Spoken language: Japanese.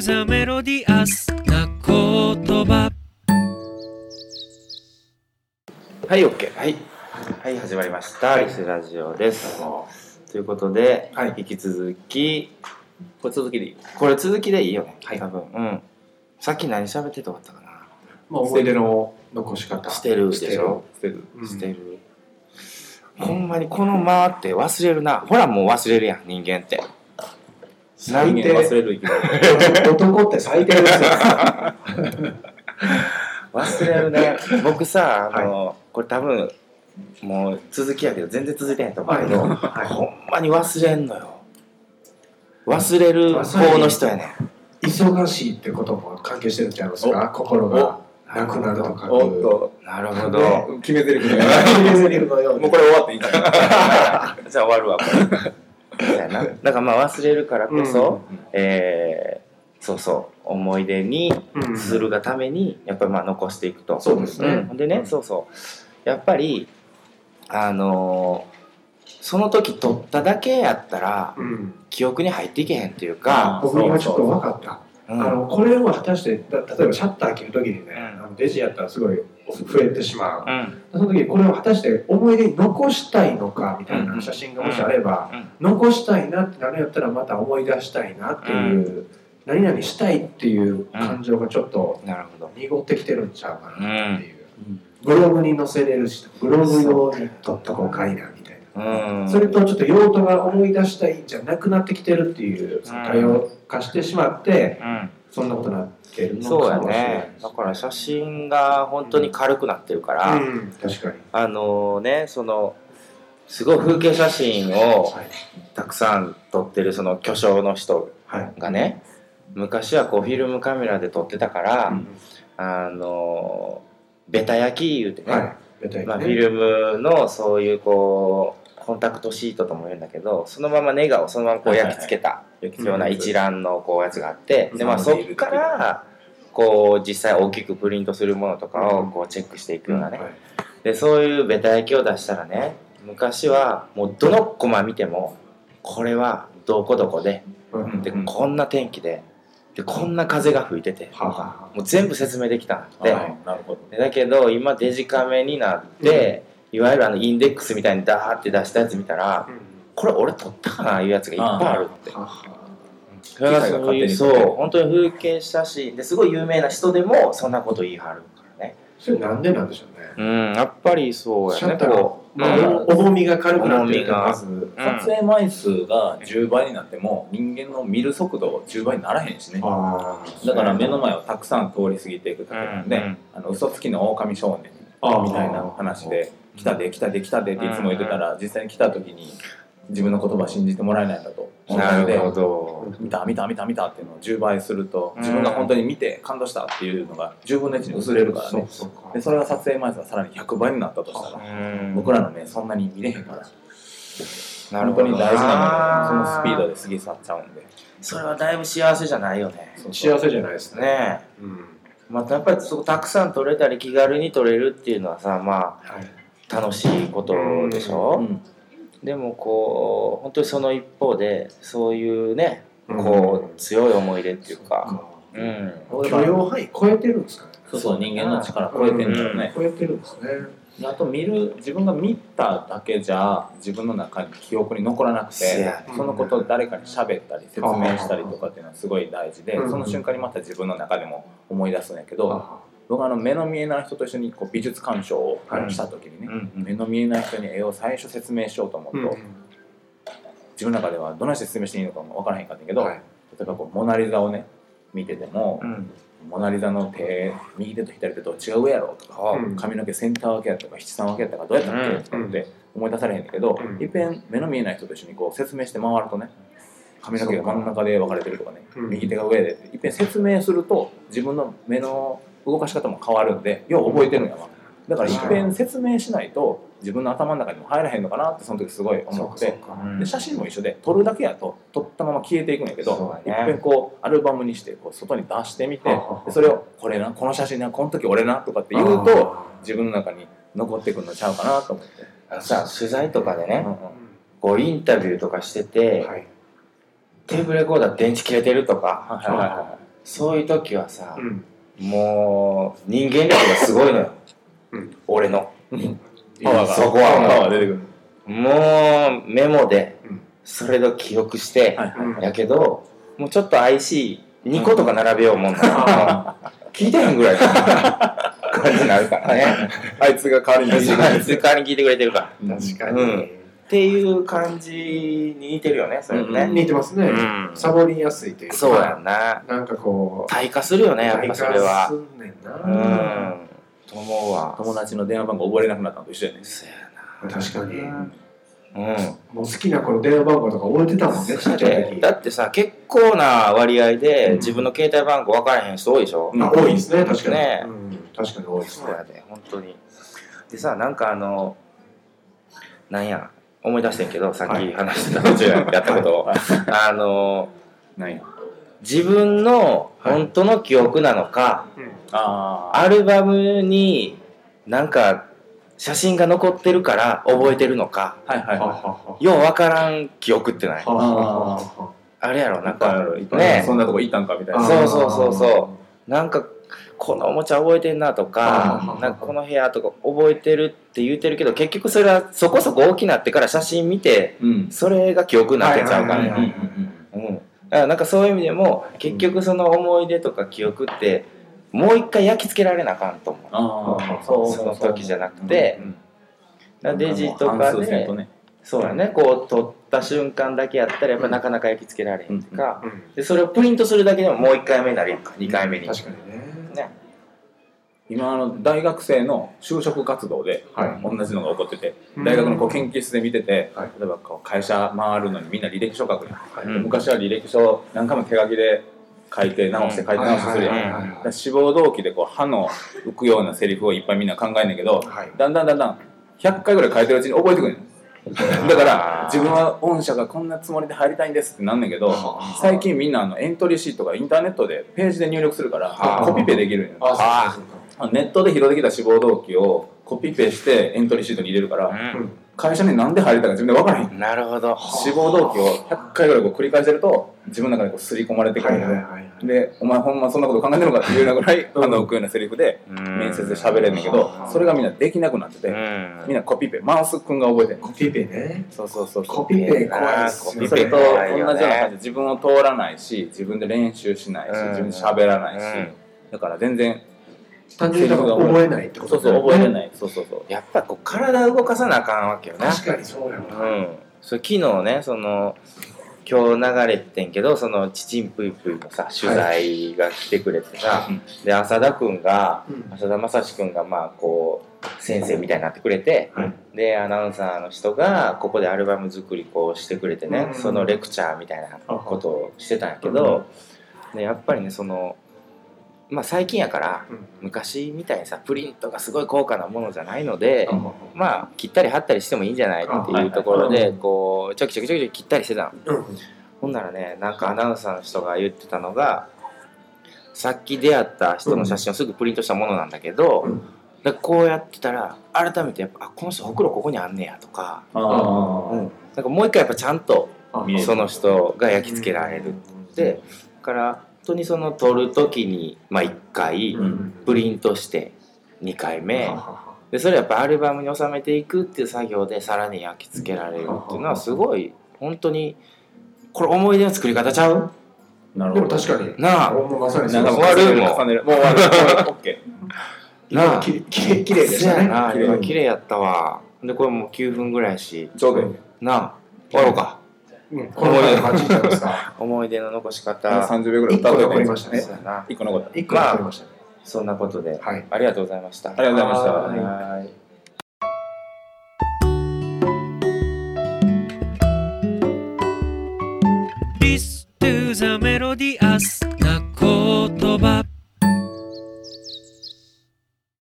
ザメロディアスな言葉はい、オッケー。はい。はい、始まりました。リスラジオです。ということで、はい引き続き、これ続きでいい。これ続きでいいよね。はい多分。うん。さっき何喋ってたかったかな。まあ、思い出の残し方してるでしょ。捨てるうんしてる。ほんまにこの間って忘れるな。ほらもう忘れるやん、人間って。最低忘れる生き物。 男って最低ですよ忘れるね。 僕さ、あの、これ多分、もう続きやけど、全然続いてないと思うけど、ほんまに忘れんのよ。忘れる方の人やねん。忙しいってことも関係してるんちゃいますか心がなくなるとかおっと、なるほど。 ね決めてるね。入れるのようもうにこれ終わっていいかな。じゃあ終わるわ、これ。そうやな。だからまあ忘れるからこそ、えーそうそう、思い出にうんするがために、やっぱりまあ残していくと。そうですねんほんでね、そうそう。やっぱり、あのーその時撮っただけやったら、うん。記憶に入っていけへんっていうか、僕今ちょっと分かったうんあのこれを果たしてだ例えばシャッター切るときにねうんあのデジやったらすごい増えてしまううんその時にこれを果たして思い出に残したいのかみたいうんな写真がもしあればうん残したいなってなるんやったらまた思い出したいなっていう何々したいっていう感情がちょっとなるほど。濁ってきてるんちゃうかなっていう、ブログに載せれるしブログ用に撮っとこうかいなみたいうんなそれとちょっと用途が思い出したいんじゃなくなってきてるっていううん多様化してしまってうんそんなことになってるのそうやもしれないでねすだから写真が本当に軽くなってるから、うん。確かにあのねそのすごい風景写真をはいたくさん撮ってるその巨匠の人はいがね昔はこうフィルムカメラで撮ってたから、あのベタ焼き言うてね、はいベタまあ、焼フきィねルムのそういうこうコンタクトシートとも言うんだけどそのままネガをそのままこう焼き付けたような一覧のこうやつがあってうんで、まあ、そっからこう実際大きくプリントするものとかをこうチェックしていくようなねはいでそういうベタ焼きを出したらね昔はもうどのコマ見てもこれはどこどこでうんでうんこんな天気ででこんな風が吹いててはあはあはあもう全部説明できたんでで。なるほど。でだけど今デジカメになって、いわゆるあのインデックスみたいにダーって出したやつ見たら、これ俺撮ったかないうやつがいっぱいあるってはあはそれが機械がそう勝い手うにそう本当に風景写真ですごい有名な人でもそんなこと言い張るからねあそれなんでなんでしょうねうんやっぱりそシャッターこうまあうん重みが軽くなってるから重みがまずうん撮影枚数が10倍になっても、人間の見る速度10倍にならへんしね。あーだから目の前をたくさん通り過ぎていくだけなんうでん、あの嘘つきの狼少年あーみたいな話で、来たで来たで来たでっていつも言ってたら、実際に来た時に自分の言葉信じてもらえないんだと思うなのでるほど見た見た見た見たっていうのを10倍するとうん自分が本当に見て感動したっていうのが10分の1に薄れるからそねうそうかでそれが撮影枚数がさらに100倍になったとしたうらん僕らのねそんなに見れへんからなる本ほ当どにな大事なものをそのスピードで過ぎ去っちゃうんでそれはだいぶ幸せじゃないよねそうそう幸せじゃないですね。ねえうん。またやっぱりそこたくさん撮れたり気軽に撮れるっていうのはさまはい。あ楽しいことでしょ、うんでもこう本当にその一方でそういうねこう強い思い出っていうか、うん、うん。許容範囲超えてるんですかね。そうそう人間の力超えてるんだよね超えてるんですね。であと見る自分が見ただけじゃ自分の中に記憶に残らなくせてやそのことを誰かに喋ったり説明したりとかっていうのはすごい大事でうんその瞬間にまた自分の中でも思い出すんやけどあ僕はあの目の見えない人と一緒にこう美術鑑賞をはいした時にうねん目の見えない人に絵を最初説明しようと思うと自分の中ではどんな人説明していいのかも分からへんかったんやけどは例いえばこうモナ・リザをね見ててもうんモナ・リザの手右手と左手どっちが上やろうとか、うん髪の毛センター分けやったとか七三分けやったかどうやったっけとかって思い出されへんだけど、うんいっぺん目の見えない人と一緒にこう説明して回るとね髪の毛が真ん中で分かれてるとかね、うん右手が上でっていっぺん説明すると自分の目の動かし方も変わるんでよう覚えてるんやわだからいっぺん説明しないと自分の頭の中にも入らへんのかなってその時すごいそ思うっかてそうか。で写真も一緒で撮るだけやと撮ったまま消えていくんやけそうど、だいっねぺんこうアルバムにしてこう外に出してみてはあはあでそれをこれなこの写真なこの時俺なとかって言うと自分の中に残ってくるのちゃうかなと思って、あのさ取材とかでうんねうんこうインタビューとかしてて、はい。テーブルレコーダー電池切れてるとかはいはいはいはいそういう時はさう、んもう人間力がすごいのよ、うん俺のパワーがそこはパワーが出てくるもうメモでうんそれを記憶して、はいはいやけどもうちょっと IC2 個とか並べようもんな、聞いてへんぐらいの感じになるからねあいつが代わりに出てくるいつから聞いてくれてるからうん確かに、うんっていう感じに似てるよねそれね、似てますね、うんサボりやすいというかそうやんななんかこう退化するよねやっぱそれは体感すんねんうなんと思うわ友達の電話番号覚えれなくなったのと一緒やねそう確かにやもなうんう好きな子の電話番号とか覚えてたもんねちっちゃい時だってさ結構な割合でうん自分の携帯番号分からへん人多いでしょ、うんあ多いですね確かに、ねうん、確かに多いですそねうやで本当にでさなんかあのなんや思い出してんけどさっはきい話してた途中やったことをあのないよ自分の本当の記憶なのか、あアルバムになんか写真が残ってるから覚えてるのかあはいはいははいははよう分からん記憶ってないははははあれやろなんなんかあかるねそんなとこ行ったんかみたいなあそうそうそうそなんかこのおもちゃ覚えてんなとかあーなんかこの部屋とか覚えてるって言うてるけど結局それはそこそこ大きくなってから写真見てうんそれが記憶になってちゃうからはいねはいはいうんだからなんかそういう意味でも結局その思い出とか記憶ってもう一回焼き付けられなあかんと思うああそうその時じゃなくうてんだからデジと半か数線とでねそうやねこう撮った瞬間だけやったらやっぱなかなか焼き付けられへんとかうんでそれをプリントするだけでももう1回目なり2回目に確かにねね今あの大学生の就職活動ではい同じのが起こっててうん大学のこう研究室で見ててはい例えばこう会社回るのにみんな履歴書書くやんはいうん昔は履歴書を何回も手書きで書いて直して書いて直してするやんはいだはいから志望動機でこう歯の浮くようなセリフをいっぱいみんな考えんねんけどはいだんだんだんだん100回ぐらい書いてるうちに覚えてくるんだからあー自分は御社がこんなつもりで入りたいんですってなんねんけどはあ最近みんなあのエントリーシートがインターネットでページで入力するからはあコピペできるんやあそうかそうネットで拾ってきた志望動機をコピペしてエントリーシートに入れるからかうん会社になんで入れたか自分で分からへんうんなるほど志望動機を100回ぐらいこう繰り返してると自分の中でこう刷り込まれてくはるいんはやいねはいはいで、お前ほんまそんなこと考えてるのかっていうようなぐらい、あの、浮くようなセリフで、面面接で喋れんねんけどう、んそれがみんなできなくなってうて、みんんなコピペ、マウスくんが覚えてん。コピペねそうそうそう。コピペ怖いっコすピよペねそれと同じよ怖いようなね感じで自分を通らないし、自分で練習しないし、うん自分で喋らないしうん、だから全然、単純にだから覚えないってこそとうそう、覚えれいない。そうそうそう。やっぱこう体動かさなあかんわけよね確かにそうやうなんそれ昨日ねその今日流れてんけどそのちちんぷいぷいのさ取材が来てくれてさ、うんで浅田君がうん浅田真史君がまあこう先生みたいになってくれて、はいでアナウンサーの人がここでアルバム作りこうしてくれてね、うんそのレクチャーみたいなことをしてたんやけど、でやっぱりねそのまあ最近やからうん昔みたいにさプリントがすごい高価なものじゃないので、あまあ切ったり貼ったりしてもいいんじゃないっていうところあはいではいこうちょきちょきちょきちょき切ったりしてたのうんほんならねなんかアナウンサーの人が言ってたのがさっき出会った人の写真をすぐプリントしたものなんだけど、うんだからこうやってたら改めてやっぱあこの人ほくろここにあんねやとか,、あうん、なんかもう一回やっぱちゃんとあ見えるその人が焼き付けられるでだから本当にその撮る時に、まあ、1回うんプリントして2回目、でそれやっぱアルバムに収めていくっていう作業でさらに焼き付けられるっていうのはすごい本当にこれ思い出の作り方ちゃうあ、なるでほもど。確かになあ俺もまさになそんうかですもう終わる重ねるもう終わる。 オッケなあききれいきれいでしたそうねやなきれい今綺麗やったわでこれもう9分ぐらいやしー。ちょうどいい。なあ終わろうかうんこの前の感じち ゃいますか思い出の残し方30秒ぐらい一個歌って残ねりましたねそうやな一個残った。一個残りましたねそんなことではいありがとうございましたありがとうございました。ははい「This to the m